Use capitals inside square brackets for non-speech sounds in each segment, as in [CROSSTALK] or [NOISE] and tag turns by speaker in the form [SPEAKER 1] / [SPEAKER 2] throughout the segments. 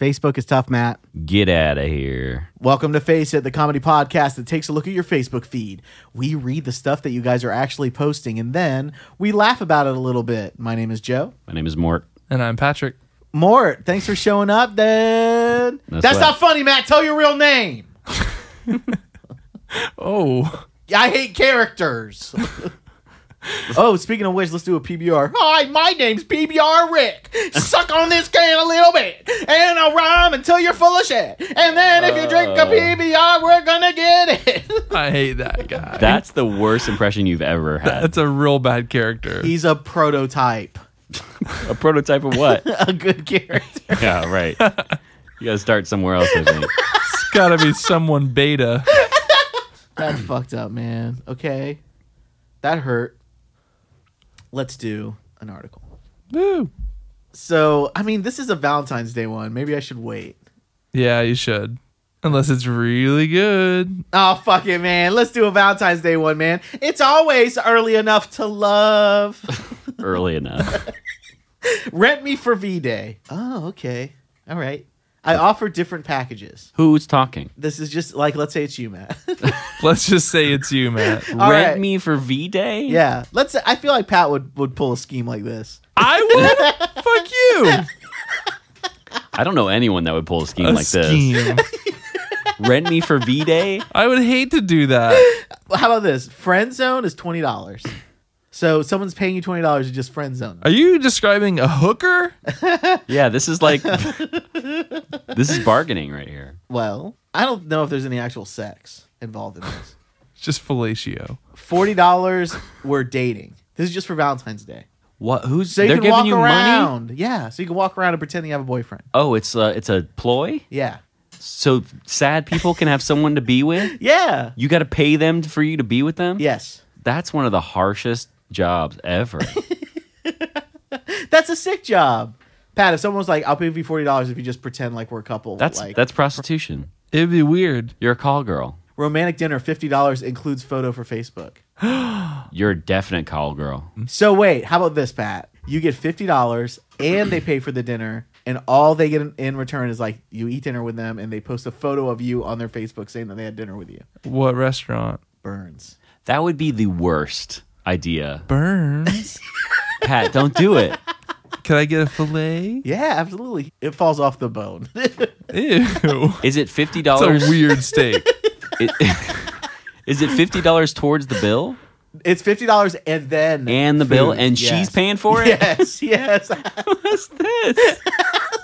[SPEAKER 1] Facebook is tough, Matt.
[SPEAKER 2] Get out of here.
[SPEAKER 1] Welcome to Face It, the comedy podcast that takes a look at your Facebook feed. We read the stuff that you guys are actually posting and then we laugh about it a little bit. My name is Joe.
[SPEAKER 2] My name is Mort.
[SPEAKER 3] And I'm Patrick.
[SPEAKER 1] Mort, thanks for showing up, dude. That's,
[SPEAKER 2] That's what-
[SPEAKER 1] not funny, Matt. Tell your real name.
[SPEAKER 3] Oh, [LAUGHS]
[SPEAKER 1] I hate characters. oh, speaking of which, let's do a PBR. Hi, my name's PBR Rick. Suck on this can a little bit, and I'll rhyme until you're full of shit. And then if you drink a PBR, we're gonna get it. [LAUGHS]
[SPEAKER 3] I hate that guy.
[SPEAKER 2] That's the worst impression you've ever had.
[SPEAKER 3] [LAUGHS] That's a real bad character.
[SPEAKER 1] He's a prototype, [LAUGHS]
[SPEAKER 2] a prototype of what?
[SPEAKER 1] a good character.
[SPEAKER 2] [LAUGHS]
[SPEAKER 1] [LAUGHS]
[SPEAKER 2] yeah, right. You gotta start somewhere else, I think.
[SPEAKER 3] It's got to be someone beta.
[SPEAKER 1] That's fucked up, man. Okay, that hurt. Let's do an article.
[SPEAKER 3] Woo.
[SPEAKER 1] So, I mean, this is a Valentine's Day one. Maybe I should wait.
[SPEAKER 3] Yeah, you should. Unless it's really good.
[SPEAKER 1] Oh, fuck it, man. Let's do a Valentine's Day one, man. It's always early enough to love. [LAUGHS]
[SPEAKER 2] Early enough.
[SPEAKER 1] Rent me for V Day. Oh, okay. All right. I offer different packages.
[SPEAKER 2] Who's talking?
[SPEAKER 1] This is just like, let's say it's you, Matt. [LAUGHS]
[SPEAKER 3] Let's just say it's you, Matt.
[SPEAKER 1] All
[SPEAKER 2] Rent
[SPEAKER 1] right.
[SPEAKER 2] me for V Day?
[SPEAKER 1] yeah. Let's. I feel like Pat would, would pull a scheme like this.
[SPEAKER 3] I
[SPEAKER 2] [LAUGHS]
[SPEAKER 3] would. Fuck you.
[SPEAKER 2] I don't know anyone that would pull a scheme
[SPEAKER 3] A
[SPEAKER 2] like this.
[SPEAKER 3] scheme.
[SPEAKER 2] Rent me for V Day?
[SPEAKER 3] I would hate to do that.
[SPEAKER 1] How about this? Friend zone is $20. So someone's paying you $20 to just friend zone.
[SPEAKER 3] Are you describing a hooker?
[SPEAKER 2] Yeah, this is like this is bargaining right here.
[SPEAKER 1] Well, I don't know if there's any actual sex involved in this.
[SPEAKER 3] It's just fellatio.
[SPEAKER 1] Forty dollars we're dating. This is just for Valentine's Day.
[SPEAKER 2] What? Who's?
[SPEAKER 1] So you
[SPEAKER 2] they're
[SPEAKER 1] can walk
[SPEAKER 2] giving you money.
[SPEAKER 1] around. Yeah. So you can walk around and pretend you have a boyfriend.
[SPEAKER 2] Oh, it's a it's a ploy.
[SPEAKER 1] Yeah.
[SPEAKER 2] So sad people can have someone to be with.
[SPEAKER 1] Yeah.
[SPEAKER 2] You got to pay them for you to be with them.
[SPEAKER 1] Yes.
[SPEAKER 2] that's one of the harshest jobs ever.
[SPEAKER 1] That's a sick job. Pat, if someone's like, I'll pay you forty dollars if you just pretend like we're a couple.
[SPEAKER 2] That's
[SPEAKER 1] like
[SPEAKER 2] that's prostitution.
[SPEAKER 3] It'd be weird.
[SPEAKER 2] You're a call girl.
[SPEAKER 1] romantic dinner, fifty dollars includes photo for Facebook.
[SPEAKER 2] You're a definite call girl.
[SPEAKER 1] So wait, how about this, Pat? You get fifty dollars and they pay for the dinner, and all they get in- in return is like you eat dinner with them and they post a photo of you on their Facebook saying that they had dinner with you.
[SPEAKER 3] What restaurant?
[SPEAKER 1] Burns.
[SPEAKER 2] That would be the worst idea.
[SPEAKER 3] Burns.
[SPEAKER 2] Pat, don't do it.
[SPEAKER 3] Can I get a fillet?
[SPEAKER 1] Yeah, absolutely. It falls off the bone. [LAUGHS]
[SPEAKER 3] Ew. [LAUGHS]
[SPEAKER 2] Is it fifty
[SPEAKER 3] It's
[SPEAKER 2] dollars?
[SPEAKER 3] a weird steak.
[SPEAKER 2] Is it [LAUGHS] fifty dollars towards the
[SPEAKER 3] [LAUGHS]
[SPEAKER 2] bill
[SPEAKER 1] It's fifty dollars and then
[SPEAKER 2] and the
[SPEAKER 1] food.
[SPEAKER 2] bill, and
[SPEAKER 1] Yes.
[SPEAKER 2] she's paying for it? [LAUGHS]
[SPEAKER 1] Yes, yes. [LAUGHS]
[SPEAKER 2] What's this?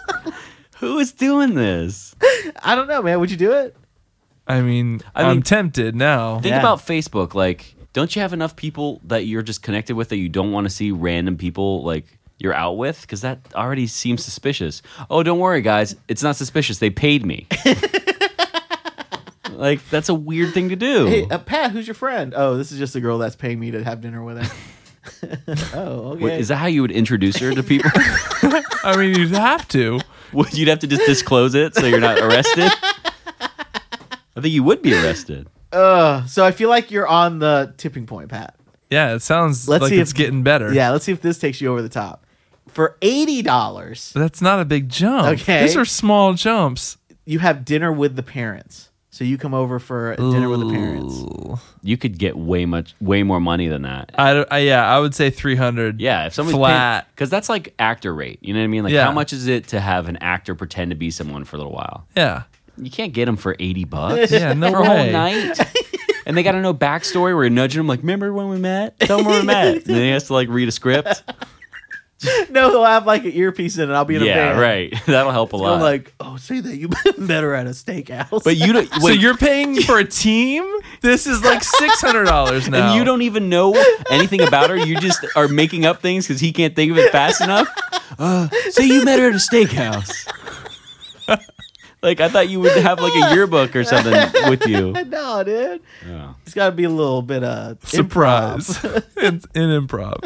[SPEAKER 2] [LAUGHS] Who is doing this?
[SPEAKER 1] I don't know, man. Would you do it?
[SPEAKER 3] I mean,
[SPEAKER 2] I
[SPEAKER 3] I am
[SPEAKER 2] mean-
[SPEAKER 3] tempted now.
[SPEAKER 2] Think
[SPEAKER 1] Yeah.
[SPEAKER 2] about Facebook. Like, don't you have enough people that you're just connected with that you don't want to see random people like you're out with? Because that already seems suspicious. Oh, don't worry, guys. It's not suspicious. They paid
[SPEAKER 1] [LAUGHS]
[SPEAKER 2] me. like, that's a weird thing to do.
[SPEAKER 1] Hey, uh, Pat, who's your friend? Oh, this is just a girl that's paying me to have dinner with her. [LAUGHS] oh, okay.
[SPEAKER 2] Wait, is that how you would introduce her to people? [LAUGHS]
[SPEAKER 3] I mean, you'd have to.
[SPEAKER 2] Would- You'd have to just disclose it so you're not arrested. I think you would be arrested.
[SPEAKER 1] Ugh. Uh, so I feel like you're on the tipping point, Pat.
[SPEAKER 3] Yeah, it sounds
[SPEAKER 1] Let's
[SPEAKER 3] like
[SPEAKER 1] see
[SPEAKER 3] it's
[SPEAKER 1] if-
[SPEAKER 3] getting better.
[SPEAKER 1] Yeah, let's see if this takes you over the top. For eighty dollars,
[SPEAKER 3] That's not a big jump.
[SPEAKER 1] Okay.
[SPEAKER 3] These are small jumps.
[SPEAKER 1] you have dinner with the parents. So you come over for dinner with the parents. [LAUGHS]
[SPEAKER 3] Ooh.
[SPEAKER 2] You could get way much, way more money than that.
[SPEAKER 3] I, don't- I- yeah, I would say 300.
[SPEAKER 2] Yeah, if someone's
[SPEAKER 3] flat.
[SPEAKER 2] because that's like actor rate. You know what I mean? Like,
[SPEAKER 3] Yeah.
[SPEAKER 2] how much is it to have an actor pretend to be someone for a little while?
[SPEAKER 3] yeah.
[SPEAKER 2] You can't get them for eighty bucks. [LAUGHS]
[SPEAKER 3] Yeah, no
[SPEAKER 2] for a whole
[SPEAKER 3] way.
[SPEAKER 2] night. and they got to know backstory. We're nudging them like, remember when we met? Tell them where we met. And then he has to like read a script.
[SPEAKER 1] No, he'll have like an earpiece in, and I'll be in a
[SPEAKER 2] yeah,
[SPEAKER 1] band.
[SPEAKER 2] right. [LAUGHS] That'll help a
[SPEAKER 1] I'm
[SPEAKER 2] lot.
[SPEAKER 1] like, oh, say that you [LAUGHS] met her at a steakhouse.
[SPEAKER 2] but you don't.
[SPEAKER 3] So
[SPEAKER 2] wait,
[SPEAKER 3] you're paying for a team? This
[SPEAKER 2] [LAUGHS]
[SPEAKER 3] is like $600 now.
[SPEAKER 2] and you don't even know anything about her. You just are making up things because he can't think of it fast enough. Uh, so you met her at a steakhouse. [LAUGHS] like I thought you would have like a yearbook or something with you.
[SPEAKER 1] [LAUGHS] no, dude. It's got to be a little bit of improv.
[SPEAKER 3] [LAUGHS] Surprise. [LAUGHS] in, in improv.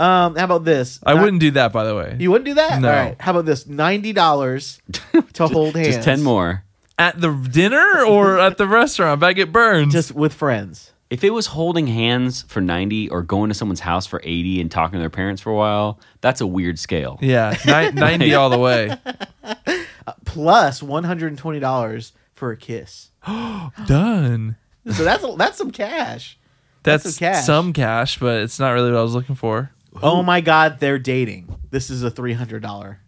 [SPEAKER 1] Um, how about this?
[SPEAKER 3] I
[SPEAKER 1] Not-
[SPEAKER 3] wouldn't do that, by the way.
[SPEAKER 1] You wouldn't do that.
[SPEAKER 3] No.
[SPEAKER 1] All right. How about this? Ninety
[SPEAKER 2] [LAUGHS]
[SPEAKER 1] dollars to hold hands.
[SPEAKER 2] Just ten more.
[SPEAKER 1] [LAUGHS]
[SPEAKER 3] at the dinner or at the restaurant back at Burns?
[SPEAKER 1] Just with friends.
[SPEAKER 2] if it was holding hands for 90 or going to someone's house for 80 and talking to their parents for a while, that's a weird scale.
[SPEAKER 3] Yeah, ni-
[SPEAKER 1] [LAUGHS]
[SPEAKER 3] ninety all the way.
[SPEAKER 1] plus one hundred and twenty dollars for a kiss.
[SPEAKER 3] Done.
[SPEAKER 1] So that's that's some cash.
[SPEAKER 3] That's,
[SPEAKER 1] some cash.
[SPEAKER 3] some cash, but it's not really what I was looking for.
[SPEAKER 1] Oh my god, they're dating. This is a three hundred dollar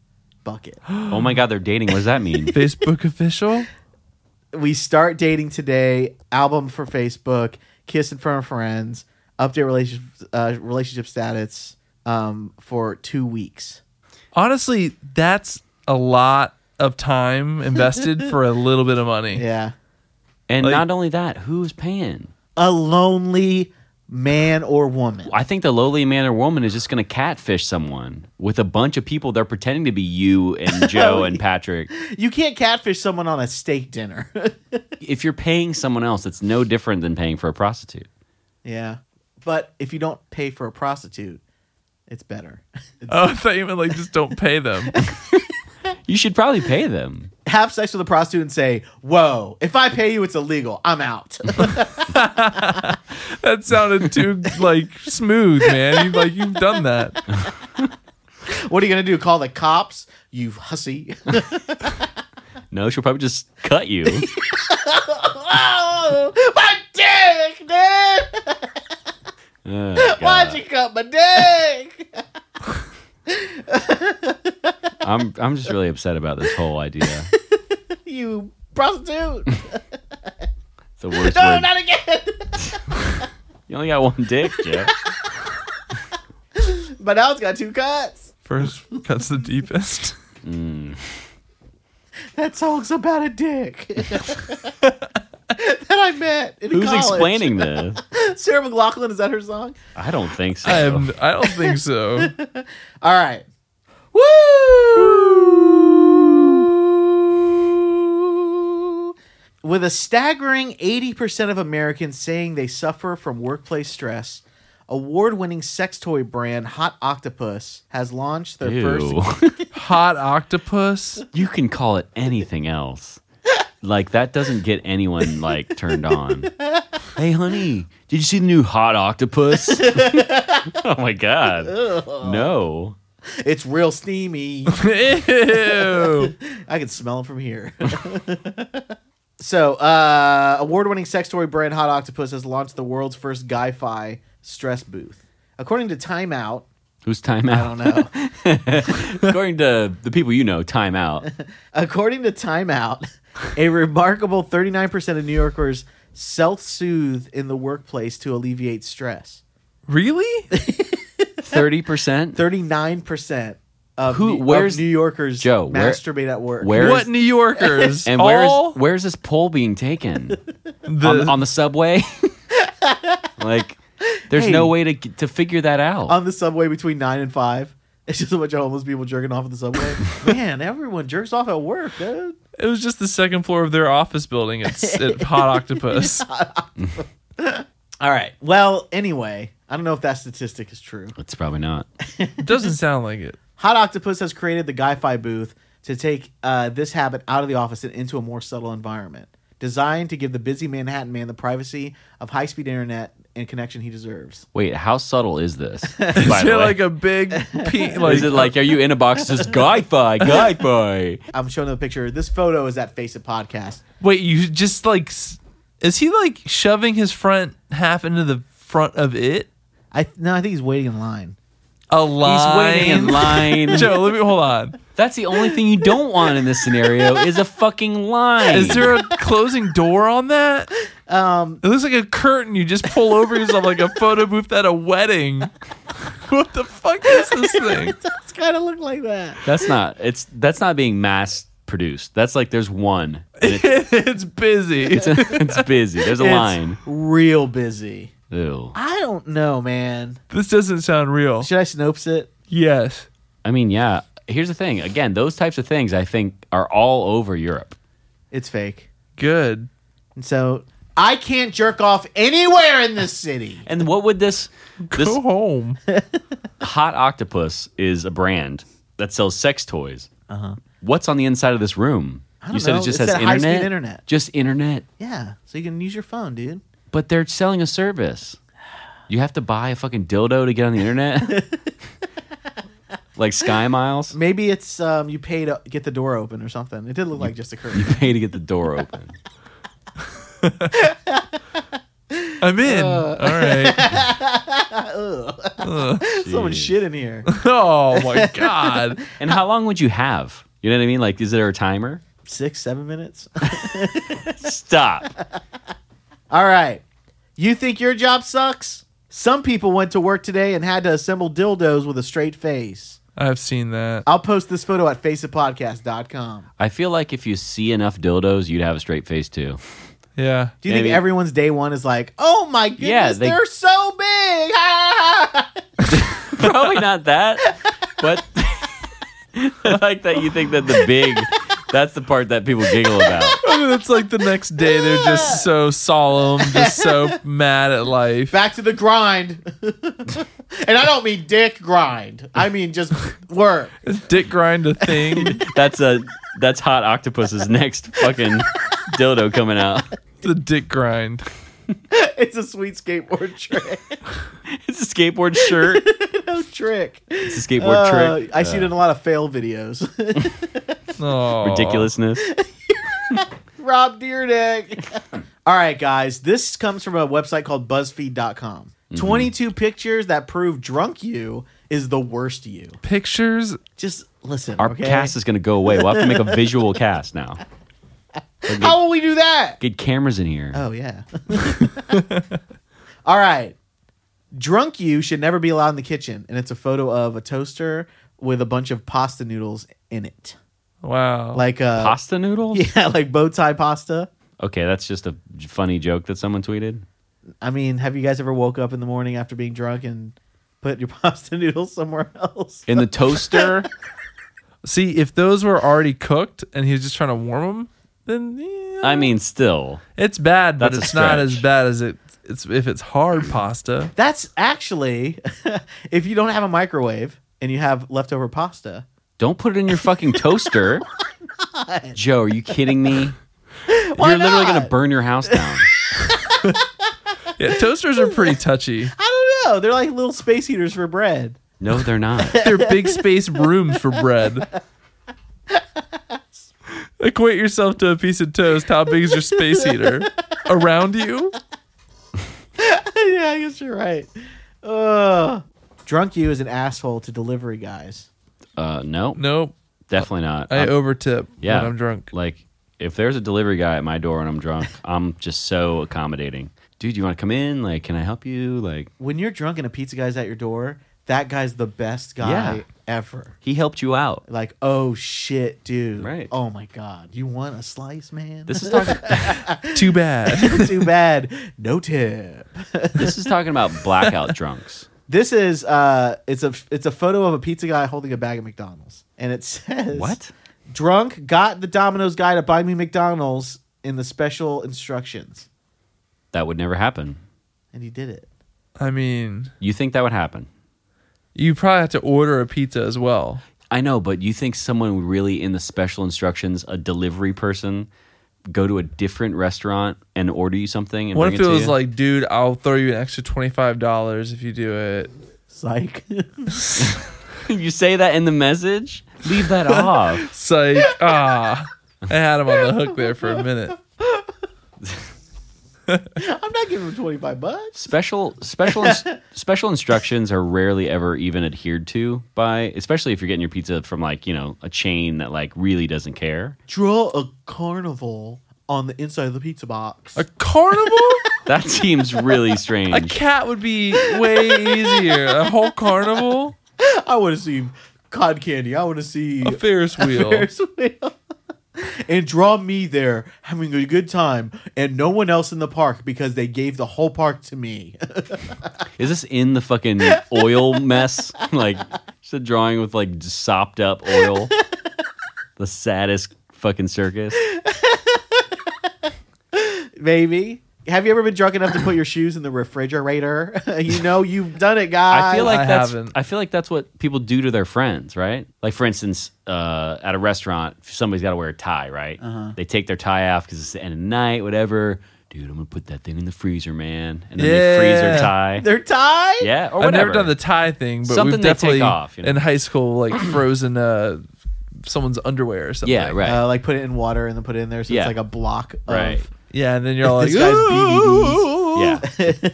[SPEAKER 1] bucket. [GASPS]
[SPEAKER 2] Oh my God, they're dating. What does that
[SPEAKER 3] [LAUGHS]
[SPEAKER 2] mean?
[SPEAKER 3] Facebook official.
[SPEAKER 1] We start dating today. Album for Facebook. Kiss in front of friends. Update relationship uh, relationship status um, for two weeks.
[SPEAKER 3] Honestly, that's a lot of time invested for a little bit of money.
[SPEAKER 1] Yeah,
[SPEAKER 2] And
[SPEAKER 3] Like-
[SPEAKER 2] not only that, who's paying?
[SPEAKER 1] a lonely man or woman.
[SPEAKER 2] I think the lowly man or woman is just going to catfish someone with a bunch of people they're pretending to be
[SPEAKER 1] [LAUGHS]
[SPEAKER 2] you and
[SPEAKER 1] Oh,
[SPEAKER 2] Joe and Patrick.
[SPEAKER 1] You can't catfish someone on a steak dinner. [LAUGHS]
[SPEAKER 2] If you're paying someone else, it's no different than paying for a prostitute.
[SPEAKER 1] yeah, but if you don't pay for a prostitute, it's better. [LAUGHS]
[SPEAKER 3] Oh, I thought you meant like just don't pay them.
[SPEAKER 2] You should probably pay them.
[SPEAKER 1] have sex with a prostitute and say, "Whoa, if I pay you, it's illegal. I'm out." [LAUGHS]
[SPEAKER 3] that sounded too like smooth, man. You like you've done that.
[SPEAKER 1] what are you gonna do? Call the cops? You [LAUGHS] hussy!
[SPEAKER 2] No, she'll probably just cut
[SPEAKER 1] [LAUGHS]
[SPEAKER 2] you.
[SPEAKER 1] oh, my dick, dude!
[SPEAKER 2] Oh,
[SPEAKER 1] Why'd
[SPEAKER 2] God.
[SPEAKER 1] you cut my dick? [LAUGHS]
[SPEAKER 2] I'm, I'm just really upset about this whole idea.
[SPEAKER 1] you [LAUGHS] prostitute! [LAUGHS]
[SPEAKER 2] It's the worst
[SPEAKER 1] No,
[SPEAKER 2] word.
[SPEAKER 1] not again! [LAUGHS]
[SPEAKER 2] You only got one dick, Joe.
[SPEAKER 1] but now it's got two cuts.
[SPEAKER 3] First cuts the deepest.
[SPEAKER 1] That song's about a dick [LAUGHS] that I met in
[SPEAKER 2] Who's
[SPEAKER 1] college.
[SPEAKER 2] explaining this?
[SPEAKER 1] [LAUGHS] Sarah McLaughlin is that her song?
[SPEAKER 2] I don't think so.
[SPEAKER 3] I am. I don't think so.
[SPEAKER 1] All right. Woo! With a staggering 80% of Americans saying they suffer from workplace stress, award winning sex toy brand Hot Octopus has launched their first.
[SPEAKER 2] Ew.
[SPEAKER 3] Hot octopus.
[SPEAKER 2] you can call it anything else. Like that doesn't get anyone like turned on. Hey, honey, did you see the new hot octopus? [LAUGHS] oh my god, no!
[SPEAKER 1] It's real
[SPEAKER 2] [LAUGHS]
[SPEAKER 1] steamy.
[SPEAKER 3] Ew.
[SPEAKER 1] I can smell it from here. [LAUGHS] so, uh, award winning sex toy brand Hot Octopus has launched the world's first Guy Fi stress booth. According to Time Out,
[SPEAKER 2] Who's time
[SPEAKER 1] I
[SPEAKER 2] out?
[SPEAKER 1] don't know.
[SPEAKER 2] [LAUGHS] According to the people you know, time out.
[SPEAKER 1] According to Time Out, a remarkable 39% of New Yorkers self soothe in the workplace to alleviate stress.
[SPEAKER 3] Really?
[SPEAKER 2] Thirty percent.
[SPEAKER 1] 39% of,
[SPEAKER 2] Who-
[SPEAKER 1] New,
[SPEAKER 2] where's-
[SPEAKER 1] of New Yorkers
[SPEAKER 2] Joe, where-
[SPEAKER 1] masturbate at work.
[SPEAKER 2] where- There's-
[SPEAKER 3] what New Yorkers?
[SPEAKER 2] And where's
[SPEAKER 3] All
[SPEAKER 2] where's this poll being taken
[SPEAKER 3] the,
[SPEAKER 2] on, on the subway? like, there's
[SPEAKER 1] Hey. Um,
[SPEAKER 2] no way to to figure that out.
[SPEAKER 1] On the subway between 9 and 5. [LAUGHS] It's just a bunch of homeless people jerking off on the [LAUGHS] subway. Man, everyone jerks off at work, dude.
[SPEAKER 3] It was just the second floor of their office building. It's at Hot Octopus.
[SPEAKER 1] All right. Well, anyway, I don't know if that statistic is true.
[SPEAKER 2] it's probably not.
[SPEAKER 3] It doesn't sound like it.
[SPEAKER 1] Hot Octopus has created the Guy-Fi booth to take uh, this habit out of the office and into a more subtle environment, designed to give the busy Manhattan man the privacy of high-speed internet and connection he deserves.
[SPEAKER 2] Wait, how subtle is this?
[SPEAKER 3] Is it like a big pe- like,
[SPEAKER 2] is it like, are you in a box just guy fi, guy fi?
[SPEAKER 1] I'm showing them a picture. This photo is at Face It Podcast.
[SPEAKER 3] Wait, you just like s- is he like shoving his front half into the front of it?
[SPEAKER 1] I no, I think he's waiting in line.
[SPEAKER 3] A
[SPEAKER 2] He's
[SPEAKER 3] line.
[SPEAKER 2] waiting in line.
[SPEAKER 3] [LAUGHS] Joe, let me hold on.
[SPEAKER 2] [LAUGHS] That's the only thing you don't want in this scenario is a fucking line.
[SPEAKER 3] Is there a closing door on that?
[SPEAKER 1] Um,
[SPEAKER 3] It looks like a curtain you just pull over yourself like a photo booth at a wedding. [LAUGHS] What the fuck is this
[SPEAKER 2] [LAUGHS]
[SPEAKER 1] [LAUGHS]
[SPEAKER 3] thing?
[SPEAKER 1] it does kind of look like that.
[SPEAKER 2] that's not. It's that's not being mass produced. That's like there's one. And it,
[SPEAKER 3] it's busy.
[SPEAKER 2] [LAUGHS] it's busy. There's a line.
[SPEAKER 1] It's real busy.
[SPEAKER 2] Ew.
[SPEAKER 1] I don't know, man.
[SPEAKER 3] This doesn't sound real.
[SPEAKER 1] Should I Snopes it?
[SPEAKER 3] Yes.
[SPEAKER 2] I mean, yeah. Here's the thing. Again, those types of things I think are all over Europe.
[SPEAKER 1] It's fake.
[SPEAKER 3] Good.
[SPEAKER 1] And so I can't jerk off anywhere in this [LAUGHS] city.
[SPEAKER 2] And what would this
[SPEAKER 3] Go
[SPEAKER 2] this
[SPEAKER 3] home.
[SPEAKER 2] Hot Octopus is a brand that sells sex toys. What's on the inside of this room?
[SPEAKER 1] don't
[SPEAKER 2] you said
[SPEAKER 1] know.
[SPEAKER 2] it just
[SPEAKER 1] It
[SPEAKER 2] has
[SPEAKER 1] said high-speed
[SPEAKER 2] internet?
[SPEAKER 1] internet.
[SPEAKER 2] Just internet.
[SPEAKER 1] Yeah, so you can use your phone, dude.
[SPEAKER 2] But they're selling a service. You have to buy a fucking dildo to get on the [LAUGHS] internet? like Sky Miles?
[SPEAKER 1] Maybe it's um, you pay to get the door open or something. It did look like just a [LAUGHS] curtain.
[SPEAKER 2] Pay to get the door open.
[SPEAKER 3] I'm in.
[SPEAKER 1] Uh.
[SPEAKER 3] All
[SPEAKER 1] [LAUGHS]
[SPEAKER 3] right. [LAUGHS]
[SPEAKER 1] So much
[SPEAKER 2] Jeez.
[SPEAKER 1] shit in here.
[SPEAKER 3] Oh my god.
[SPEAKER 2] And how long would you have? You know what I mean? Like, is there a timer?
[SPEAKER 1] [LAUGHS] Six, seven minutes.
[SPEAKER 2] Stop.
[SPEAKER 1] [LAUGHS] All right. You think your job sucks? Some people went to work today and had to assemble dildos with a straight face.
[SPEAKER 3] I've seen that.
[SPEAKER 1] I'll post this photo at faceitpodcast.com.
[SPEAKER 2] I feel like if you see enough dildos, you'd have a straight face too.
[SPEAKER 3] Yeah.
[SPEAKER 1] Do you
[SPEAKER 2] Maybe.
[SPEAKER 1] think everyone's day one is like, oh my goodness,
[SPEAKER 2] Yeah, they-
[SPEAKER 1] they- are so big? [LAUGHS]
[SPEAKER 2] Probably not that, but [LAUGHS] I like that you think that the big, that's the part that people giggle about.
[SPEAKER 3] I mean, it's like the next day they're just so solemn,
[SPEAKER 1] [LAUGHS]
[SPEAKER 3] just so mad at life.
[SPEAKER 1] Back to the grind. [LAUGHS] and I don't mean dick grind, I mean just work.
[SPEAKER 3] Is dick grind a thing?
[SPEAKER 2] That's a that's hot octopus's next fucking dildo coming out. [LAUGHS]
[SPEAKER 3] the dick grind.
[SPEAKER 1] [LAUGHS] It's a sweet [LAUGHS] skateboard trick.
[SPEAKER 2] It's a skateboard shirt.
[SPEAKER 1] no trick.
[SPEAKER 2] It's a skateboard
[SPEAKER 1] Uh,
[SPEAKER 2] trick.
[SPEAKER 1] I see it
[SPEAKER 2] Uh,
[SPEAKER 1] in a lot of fail videos. [LAUGHS]
[SPEAKER 3] Oh.
[SPEAKER 2] ridiculousness.
[SPEAKER 1] Rob Deerdeck. [LAUGHS] All right, guys. This comes from a website called BuzzFeed.com. 22 pictures that prove drunk you is the worst you.
[SPEAKER 3] Pictures.
[SPEAKER 1] Just listen.
[SPEAKER 2] Our
[SPEAKER 1] okay?
[SPEAKER 2] cast is gonna go away. We'll have to make a
[SPEAKER 1] [LAUGHS]
[SPEAKER 2] visual cast now.
[SPEAKER 1] How will we do that?
[SPEAKER 2] Get cameras in here.
[SPEAKER 1] Oh yeah. [LAUGHS] All right. Drunk you should never be allowed in the kitchen, and it's a photo of a toaster with a bunch of pasta noodles in it,
[SPEAKER 3] Wow.
[SPEAKER 1] like uh,
[SPEAKER 2] Pasta noodles?
[SPEAKER 1] [LAUGHS] yeah, like bow tie pasta.
[SPEAKER 2] Okay, that's just a j- funny joke that someone tweeted.
[SPEAKER 1] I mean, have you guys ever woke up in the morning after being drunk and put your [LAUGHS] pasta noodles somewhere else?
[SPEAKER 2] In
[SPEAKER 1] [LAUGHS]
[SPEAKER 2] the toaster,
[SPEAKER 3] See, if those were already cooked and he was just trying to warm them, then yeah,
[SPEAKER 2] I mean, still.
[SPEAKER 3] it's bad, but
[SPEAKER 2] That's a
[SPEAKER 3] it's not
[SPEAKER 2] stretch.
[SPEAKER 3] as bad as it. It's if it's hard pasta.
[SPEAKER 1] That's actually [LAUGHS] if you don't have a microwave and you have leftover pasta.
[SPEAKER 2] Don't put it in your
[SPEAKER 1] [LAUGHS]
[SPEAKER 2] fucking toaster. Joe, are you kidding me?
[SPEAKER 1] Why
[SPEAKER 2] You're literally
[SPEAKER 1] not?
[SPEAKER 2] gonna burn your house down.
[SPEAKER 3] Yeah, toasters are pretty touchy.
[SPEAKER 1] I don't know. They're like little space heaters for bread.
[SPEAKER 2] No, they're not.
[SPEAKER 1] [LAUGHS]
[SPEAKER 3] They're big space brooms for bread. Equate yourself to a piece of toast. How big is your space heater around you?
[SPEAKER 1] yeah, I guess you're right. Ugh. Drunk you is an asshole to delivery guys.
[SPEAKER 2] Uh, no,
[SPEAKER 3] Nope.
[SPEAKER 2] definitely not.
[SPEAKER 3] I
[SPEAKER 2] I'm-
[SPEAKER 3] overtip
[SPEAKER 2] Yeah.
[SPEAKER 3] when I'm drunk.
[SPEAKER 2] Like, if there's a delivery guy at my door and I'm drunk, I'm just so accommodating. Dude, you want to come in? Like, can I help you? Like,
[SPEAKER 1] When you're drunk and a pizza guy's at your door, that guy's the best guy
[SPEAKER 2] Yeah.
[SPEAKER 1] ever.
[SPEAKER 2] he helped you out.
[SPEAKER 1] Like, oh shit, dude.
[SPEAKER 2] Right.
[SPEAKER 1] Oh my god, you want a slice, man? [LAUGHS]
[SPEAKER 2] This is talking.
[SPEAKER 3] Too bad.
[SPEAKER 1] too bad. No tip.
[SPEAKER 2] this is talking about
[SPEAKER 1] [LAUGHS]
[SPEAKER 2] blackout drunks.
[SPEAKER 1] This is uh, it's a it's a photo of a pizza guy holding a bag of McDonald's, and it says
[SPEAKER 2] What?
[SPEAKER 1] Drunk got the Domino's guy to buy me McDonald's in the special instructions,
[SPEAKER 2] That would never happen.
[SPEAKER 1] and he did it.
[SPEAKER 3] I mean,
[SPEAKER 2] You think that would happen?
[SPEAKER 3] you probably have to order a pizza as well.
[SPEAKER 2] I know, but you think someone would really in the special instructions, a delivery person, go to a different restaurant and order you something? And
[SPEAKER 3] What
[SPEAKER 2] bring
[SPEAKER 3] if it
[SPEAKER 2] to
[SPEAKER 3] was
[SPEAKER 2] you?
[SPEAKER 3] like, dude, I'll throw you an extra twenty five dollars if you do it.
[SPEAKER 1] Psych.
[SPEAKER 2] [LAUGHS]
[SPEAKER 1] [LAUGHS]
[SPEAKER 2] you say that in the message? Leave [LAUGHS] that off.
[SPEAKER 3] It's like, ah, I had him on the hook there for a minute.
[SPEAKER 1] I'm not giving him 25 bucks.
[SPEAKER 2] Special special
[SPEAKER 3] [LAUGHS]
[SPEAKER 2] ins- special instructions are rarely ever even adhered to by, especially if you're getting your pizza from like you know a chain that like really doesn't care.
[SPEAKER 1] Draw a carnival on the inside of the pizza box.
[SPEAKER 3] A carnival?
[SPEAKER 2] That seems really
[SPEAKER 3] [LAUGHS]
[SPEAKER 2] [LAUGHS]
[SPEAKER 3] A
[SPEAKER 2] strange.
[SPEAKER 3] cat would be way easier. A whole carnival?
[SPEAKER 1] [LAUGHS] I want to see cotton candy. I want to see
[SPEAKER 3] A Ferris
[SPEAKER 1] [LAUGHS]
[SPEAKER 3] wheel.
[SPEAKER 1] Ferris wheel. [LAUGHS] and draw me there having a good time and no one else in the park because they gave the whole park to me. [LAUGHS]
[SPEAKER 2] Is this in the fucking oil mess? [LAUGHS] like just a drawing with like just sopped up oil. the saddest fucking circus.
[SPEAKER 1] Maybe. Have you ever been drunk enough to put your shoes in the refrigerator? [LAUGHS] you know you've done it, guys.
[SPEAKER 2] I feel like
[SPEAKER 3] I
[SPEAKER 2] that's
[SPEAKER 3] haven't.
[SPEAKER 2] I feel like that's what people do to their friends, right? Like for instance, uh, at a
[SPEAKER 3] Uh-huh.
[SPEAKER 2] restaurant, somebody's got to wear a tie, right? They take their tie off because it's the end of the night, whatever. dude, I'm gonna put that thing in the freezer, man. And then they freeze
[SPEAKER 3] Yeah.
[SPEAKER 2] their
[SPEAKER 3] [LAUGHS]
[SPEAKER 2] tie.
[SPEAKER 1] They're tied.
[SPEAKER 2] Yeah, or whatever.
[SPEAKER 3] I've never done the tie thing, but
[SPEAKER 2] Something
[SPEAKER 3] we've
[SPEAKER 2] they take
[SPEAKER 3] definitely
[SPEAKER 2] off, you know.
[SPEAKER 3] in high school like [CLEARS THROAT] frozen uh, someone's underwear or something.
[SPEAKER 2] Yeah, right.
[SPEAKER 1] Uh, like put it in water and then put it in there, so
[SPEAKER 2] Yeah.
[SPEAKER 1] it's like a block. Of,
[SPEAKER 2] right.
[SPEAKER 3] Yeah, and then you're all
[SPEAKER 2] [LAUGHS]
[SPEAKER 3] like,
[SPEAKER 1] This guy's
[SPEAKER 3] "Ooh." [LAUGHS]
[SPEAKER 2] Yeah.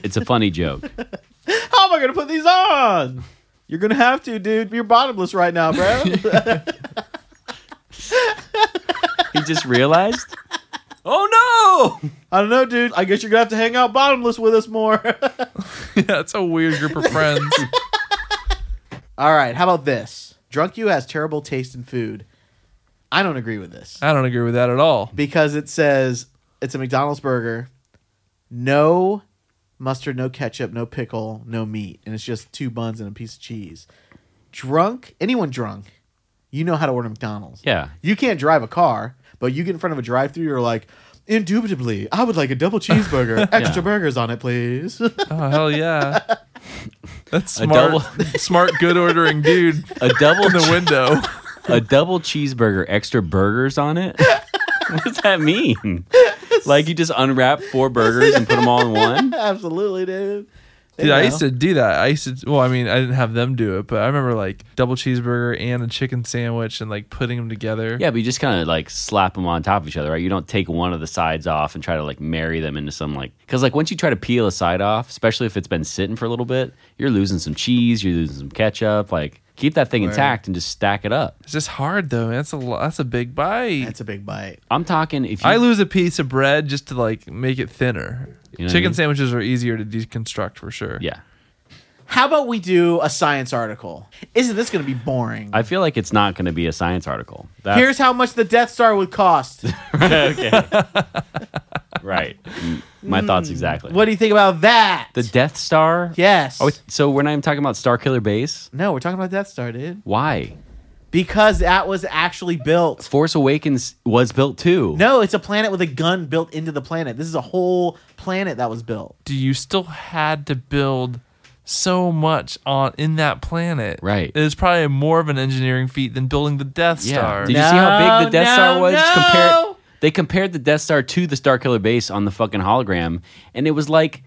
[SPEAKER 2] it's a funny joke.
[SPEAKER 1] How am I gonna put these on? You're gonna have to, dude. You're bottomless right now, bro.
[SPEAKER 2] He just realized. Oh no!
[SPEAKER 1] I don't know, dude. I guess you're gonna have to hang out bottomless with us more.
[SPEAKER 3] [LAUGHS]
[SPEAKER 1] [LAUGHS]
[SPEAKER 3] yeah, it's a weird group of
[SPEAKER 2] [LAUGHS]
[SPEAKER 3] friends.
[SPEAKER 1] All right. How about this? Drunk you has terrible taste in food. I don't agree with this.
[SPEAKER 3] I don't agree with that at all.
[SPEAKER 1] because it says it's a McDonald's burger, no mustard, no ketchup, no pickle, no meat, and it's just two buns and a piece of cheese. Drunk, anyone drunk, you know how to order McDonald's.
[SPEAKER 2] Yeah.
[SPEAKER 1] You can't drive a car, but you get in front of a drive-through, you're like, indubitably, I would like a double
[SPEAKER 3] [LAUGHS]
[SPEAKER 1] cheeseburger, extra burgers on it, please. [LAUGHS]
[SPEAKER 3] Oh hell yeah, that's
[SPEAKER 2] A
[SPEAKER 3] smart, [LAUGHS] smart, good ordering dude
[SPEAKER 2] A double
[SPEAKER 3] [LAUGHS] in the
[SPEAKER 2] [LAUGHS]
[SPEAKER 3] window.
[SPEAKER 2] a double cheeseburger, extra burgers on it? [LAUGHS] What does that mean? Like you just unwrap four burgers and put them all in one?
[SPEAKER 1] Absolutely, dude. They
[SPEAKER 3] Dude, I
[SPEAKER 1] know.
[SPEAKER 3] used to do that. I used to. Well, I mean, I didn't have them do it, but I remember like double cheeseburger and a chicken sandwich and like putting them together.
[SPEAKER 2] Yeah, but you just kind of like slap them on top of each other, right? You don't take one of the sides off and try to like marry them into some like because like once you try to peel a side off, especially if it's been sitting for a little bit, you're losing some cheese, you're losing some ketchup. Like keep that thing intact and just stack it up.
[SPEAKER 3] It's just hard though. Man. That's a lo- that's a big bite.
[SPEAKER 1] That's a big bite.
[SPEAKER 2] I'm talking if you
[SPEAKER 3] I lose a piece of bread just to like make it thinner.
[SPEAKER 2] You know what I
[SPEAKER 3] Chicken
[SPEAKER 2] mean?
[SPEAKER 3] sandwiches are easier to deconstruct for sure.
[SPEAKER 2] yeah.
[SPEAKER 1] How about we do a science article? Isn't this going to be boring?
[SPEAKER 2] I feel like it's not going to be a science article. That's
[SPEAKER 1] Here's how much the Death Star would
[SPEAKER 3] [LAUGHS]
[SPEAKER 1] cost.
[SPEAKER 2] right. My thoughts exactly.
[SPEAKER 1] What do you think about that?
[SPEAKER 2] the Death Star?
[SPEAKER 1] yes.
[SPEAKER 3] Oh,
[SPEAKER 2] Are we- Oh, so we're not even talking about Star Killer Base.
[SPEAKER 1] no, we're talking about Death Star, dude.
[SPEAKER 2] Why?
[SPEAKER 1] Because that was actually built.
[SPEAKER 2] Force Awakens was built too.
[SPEAKER 1] No, it's a planet with a gun built into the planet. This is a whole planet that was built.
[SPEAKER 3] Do you still had to build so much on in that planet?
[SPEAKER 2] Right.
[SPEAKER 3] It is probably more of an engineering feat than building the Death
[SPEAKER 2] Yeah.
[SPEAKER 3] Star.
[SPEAKER 2] Did you see how big the
[SPEAKER 1] No,
[SPEAKER 2] Death Star
[SPEAKER 1] no,
[SPEAKER 2] was?
[SPEAKER 1] no.
[SPEAKER 2] Compared, they compared the Death Star to the Star Killer base on the fucking hologram, and it was like,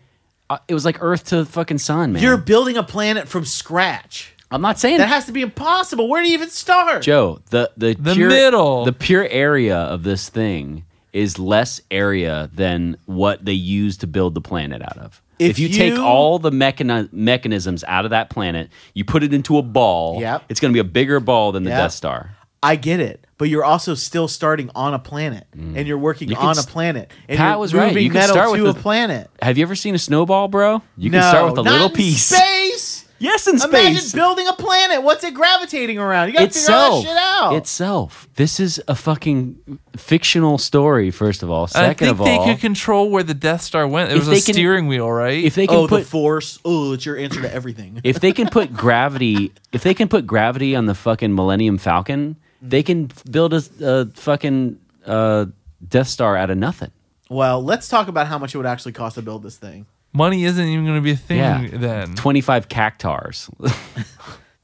[SPEAKER 2] uh, it was like Earth to the fucking sun, man.
[SPEAKER 1] You're
[SPEAKER 3] Mm.
[SPEAKER 1] building a planet from scratch.
[SPEAKER 2] I'm not saying
[SPEAKER 1] That has to be impossible. Where do you even start?
[SPEAKER 2] Joe. The the,
[SPEAKER 3] The
[SPEAKER 2] pure,
[SPEAKER 3] middle.
[SPEAKER 2] the pure area of this thing is less area than what they used to build the planet out of.
[SPEAKER 1] If
[SPEAKER 2] If, you, take
[SPEAKER 1] you-
[SPEAKER 2] all the mechani- mechanisms out of that planet, you put it into a ball.
[SPEAKER 1] Yep.
[SPEAKER 2] it's going to be a bigger ball than the
[SPEAKER 1] Yep.
[SPEAKER 2] Death Star.
[SPEAKER 1] I get it, but you're also still starting on a planet, and you're working
[SPEAKER 2] Mm. You can
[SPEAKER 1] on a
[SPEAKER 2] s-
[SPEAKER 1] planet, and
[SPEAKER 2] Pat
[SPEAKER 1] you're
[SPEAKER 2] was right.
[SPEAKER 1] moving
[SPEAKER 2] You can
[SPEAKER 1] metal
[SPEAKER 2] start with
[SPEAKER 1] to a
[SPEAKER 2] the-
[SPEAKER 1] planet.
[SPEAKER 2] Have you ever seen a snowball, bro? You can
[SPEAKER 1] no,
[SPEAKER 2] start with a
[SPEAKER 1] not
[SPEAKER 2] little
[SPEAKER 1] in
[SPEAKER 2] piece.
[SPEAKER 1] Space.
[SPEAKER 2] Yes, in space.
[SPEAKER 1] Imagine building a planet. What's it gravitating around? You gotta
[SPEAKER 2] itself.
[SPEAKER 1] figure all that shit out.
[SPEAKER 2] Itself. This is a fucking fictional story. First of all.
[SPEAKER 3] I
[SPEAKER 2] Second
[SPEAKER 3] think
[SPEAKER 2] of
[SPEAKER 3] they
[SPEAKER 2] all,
[SPEAKER 3] could control where the Death Star went. It
[SPEAKER 2] If
[SPEAKER 3] was
[SPEAKER 2] they
[SPEAKER 3] a
[SPEAKER 2] can-
[SPEAKER 3] steering wheel, right?
[SPEAKER 2] if they can
[SPEAKER 1] oh,
[SPEAKER 2] put
[SPEAKER 1] the force. Oh, it's your answer to everything.
[SPEAKER 2] if they can put gravity, if they can put gravity on the fucking Millennium Falcon, they can build a, a fucking uh, Death Star out of nothing.
[SPEAKER 1] well, let's talk about how much it would actually cost to build this thing.
[SPEAKER 3] Money isn't even going to be a thing
[SPEAKER 2] Yeah.
[SPEAKER 3] then.
[SPEAKER 2] Twenty-five cactars. [LAUGHS]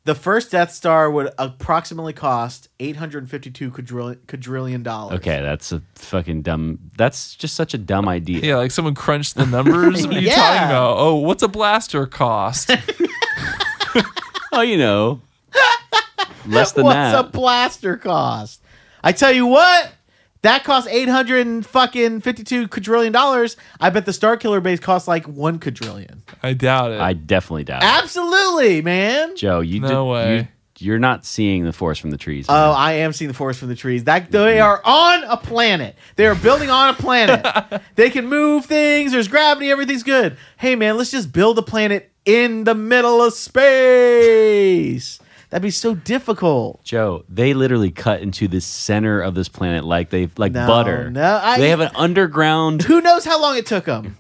[SPEAKER 1] The first Death Star would approximately cost 852 quadrillion, quadrillion dollars.
[SPEAKER 2] okay, that's a fucking dumb. That's just such a dumb idea.
[SPEAKER 1] [LAUGHS]
[SPEAKER 3] yeah, like someone crunched
[SPEAKER 2] [LAUGHS]
[SPEAKER 3] the numbers. what are you
[SPEAKER 1] Yeah.
[SPEAKER 3] talking about? Oh, what's a blaster cost?
[SPEAKER 2] Oh, you know, less than
[SPEAKER 1] What's
[SPEAKER 2] that.
[SPEAKER 1] a blaster cost? I tell you what, that costs 800 fucking 52 quadrillion dollars. I bet the Star Killer base costs like 1 quadrillion.
[SPEAKER 3] I doubt it.
[SPEAKER 2] I definitely doubt. it.
[SPEAKER 1] Absolutely, man.
[SPEAKER 2] Joe, you
[SPEAKER 3] No
[SPEAKER 2] did-
[SPEAKER 3] way.
[SPEAKER 2] You, you're not seeing the forest from the trees.
[SPEAKER 1] Oh,
[SPEAKER 2] man.
[SPEAKER 1] I am seeing the forest from the trees. That
[SPEAKER 2] Mm-hmm.
[SPEAKER 1] they are on a planet. They are building on a
[SPEAKER 2] [LAUGHS]
[SPEAKER 1] planet. they can move things. There's gravity. Everything's good. Hey, man, let's just build a planet in the middle of space. That'd be so difficult.
[SPEAKER 2] Joe, they literally cut into the center of this planet like they like
[SPEAKER 1] No,
[SPEAKER 2] butter.
[SPEAKER 1] no, I-
[SPEAKER 2] they have an underground.
[SPEAKER 1] Who knows how long it took
[SPEAKER 2] [LAUGHS]
[SPEAKER 1] them?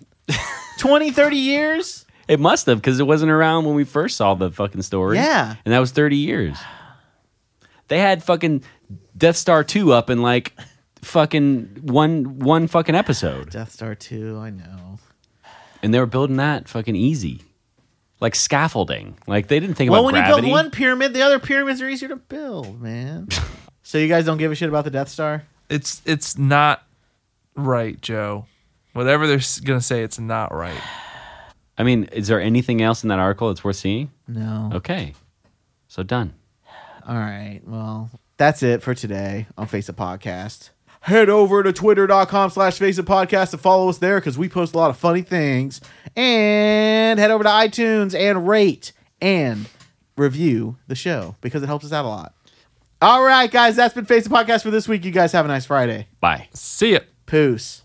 [SPEAKER 1] 20, 30 years?
[SPEAKER 2] It must have because it wasn't around when we first saw the fucking story.
[SPEAKER 1] Yeah.
[SPEAKER 2] and that was thirty years. They had fucking Death Star two up in like fucking one one fucking episode,
[SPEAKER 1] Death Star 2, I know.
[SPEAKER 2] and they were building that fucking easy, like scaffolding. Like they didn't think
[SPEAKER 1] Well,
[SPEAKER 2] about
[SPEAKER 1] when you
[SPEAKER 2] gravity.
[SPEAKER 1] build one pyramid, the other pyramids are easier to build,
[SPEAKER 2] [LAUGHS]
[SPEAKER 1] man. so you guys don't give a shit about the Death Star?
[SPEAKER 3] it's it's not right, Joe. Whatever they're s- gonna say, it's not right.
[SPEAKER 2] I mean, is there anything else in that article that's worth seeing?
[SPEAKER 1] No.
[SPEAKER 2] Okay. So done.
[SPEAKER 1] All right. Well, that's it for today on Face It Podcast. Head over to twitter.com slash face it podcast to follow us there because we post a lot of funny things. And head over to iTunes and rate and review the show because it helps us out a lot. All right, guys, that's been Face It Podcast for this week. You guys have a nice Friday.
[SPEAKER 2] Bye.
[SPEAKER 3] See ya.
[SPEAKER 1] Peace.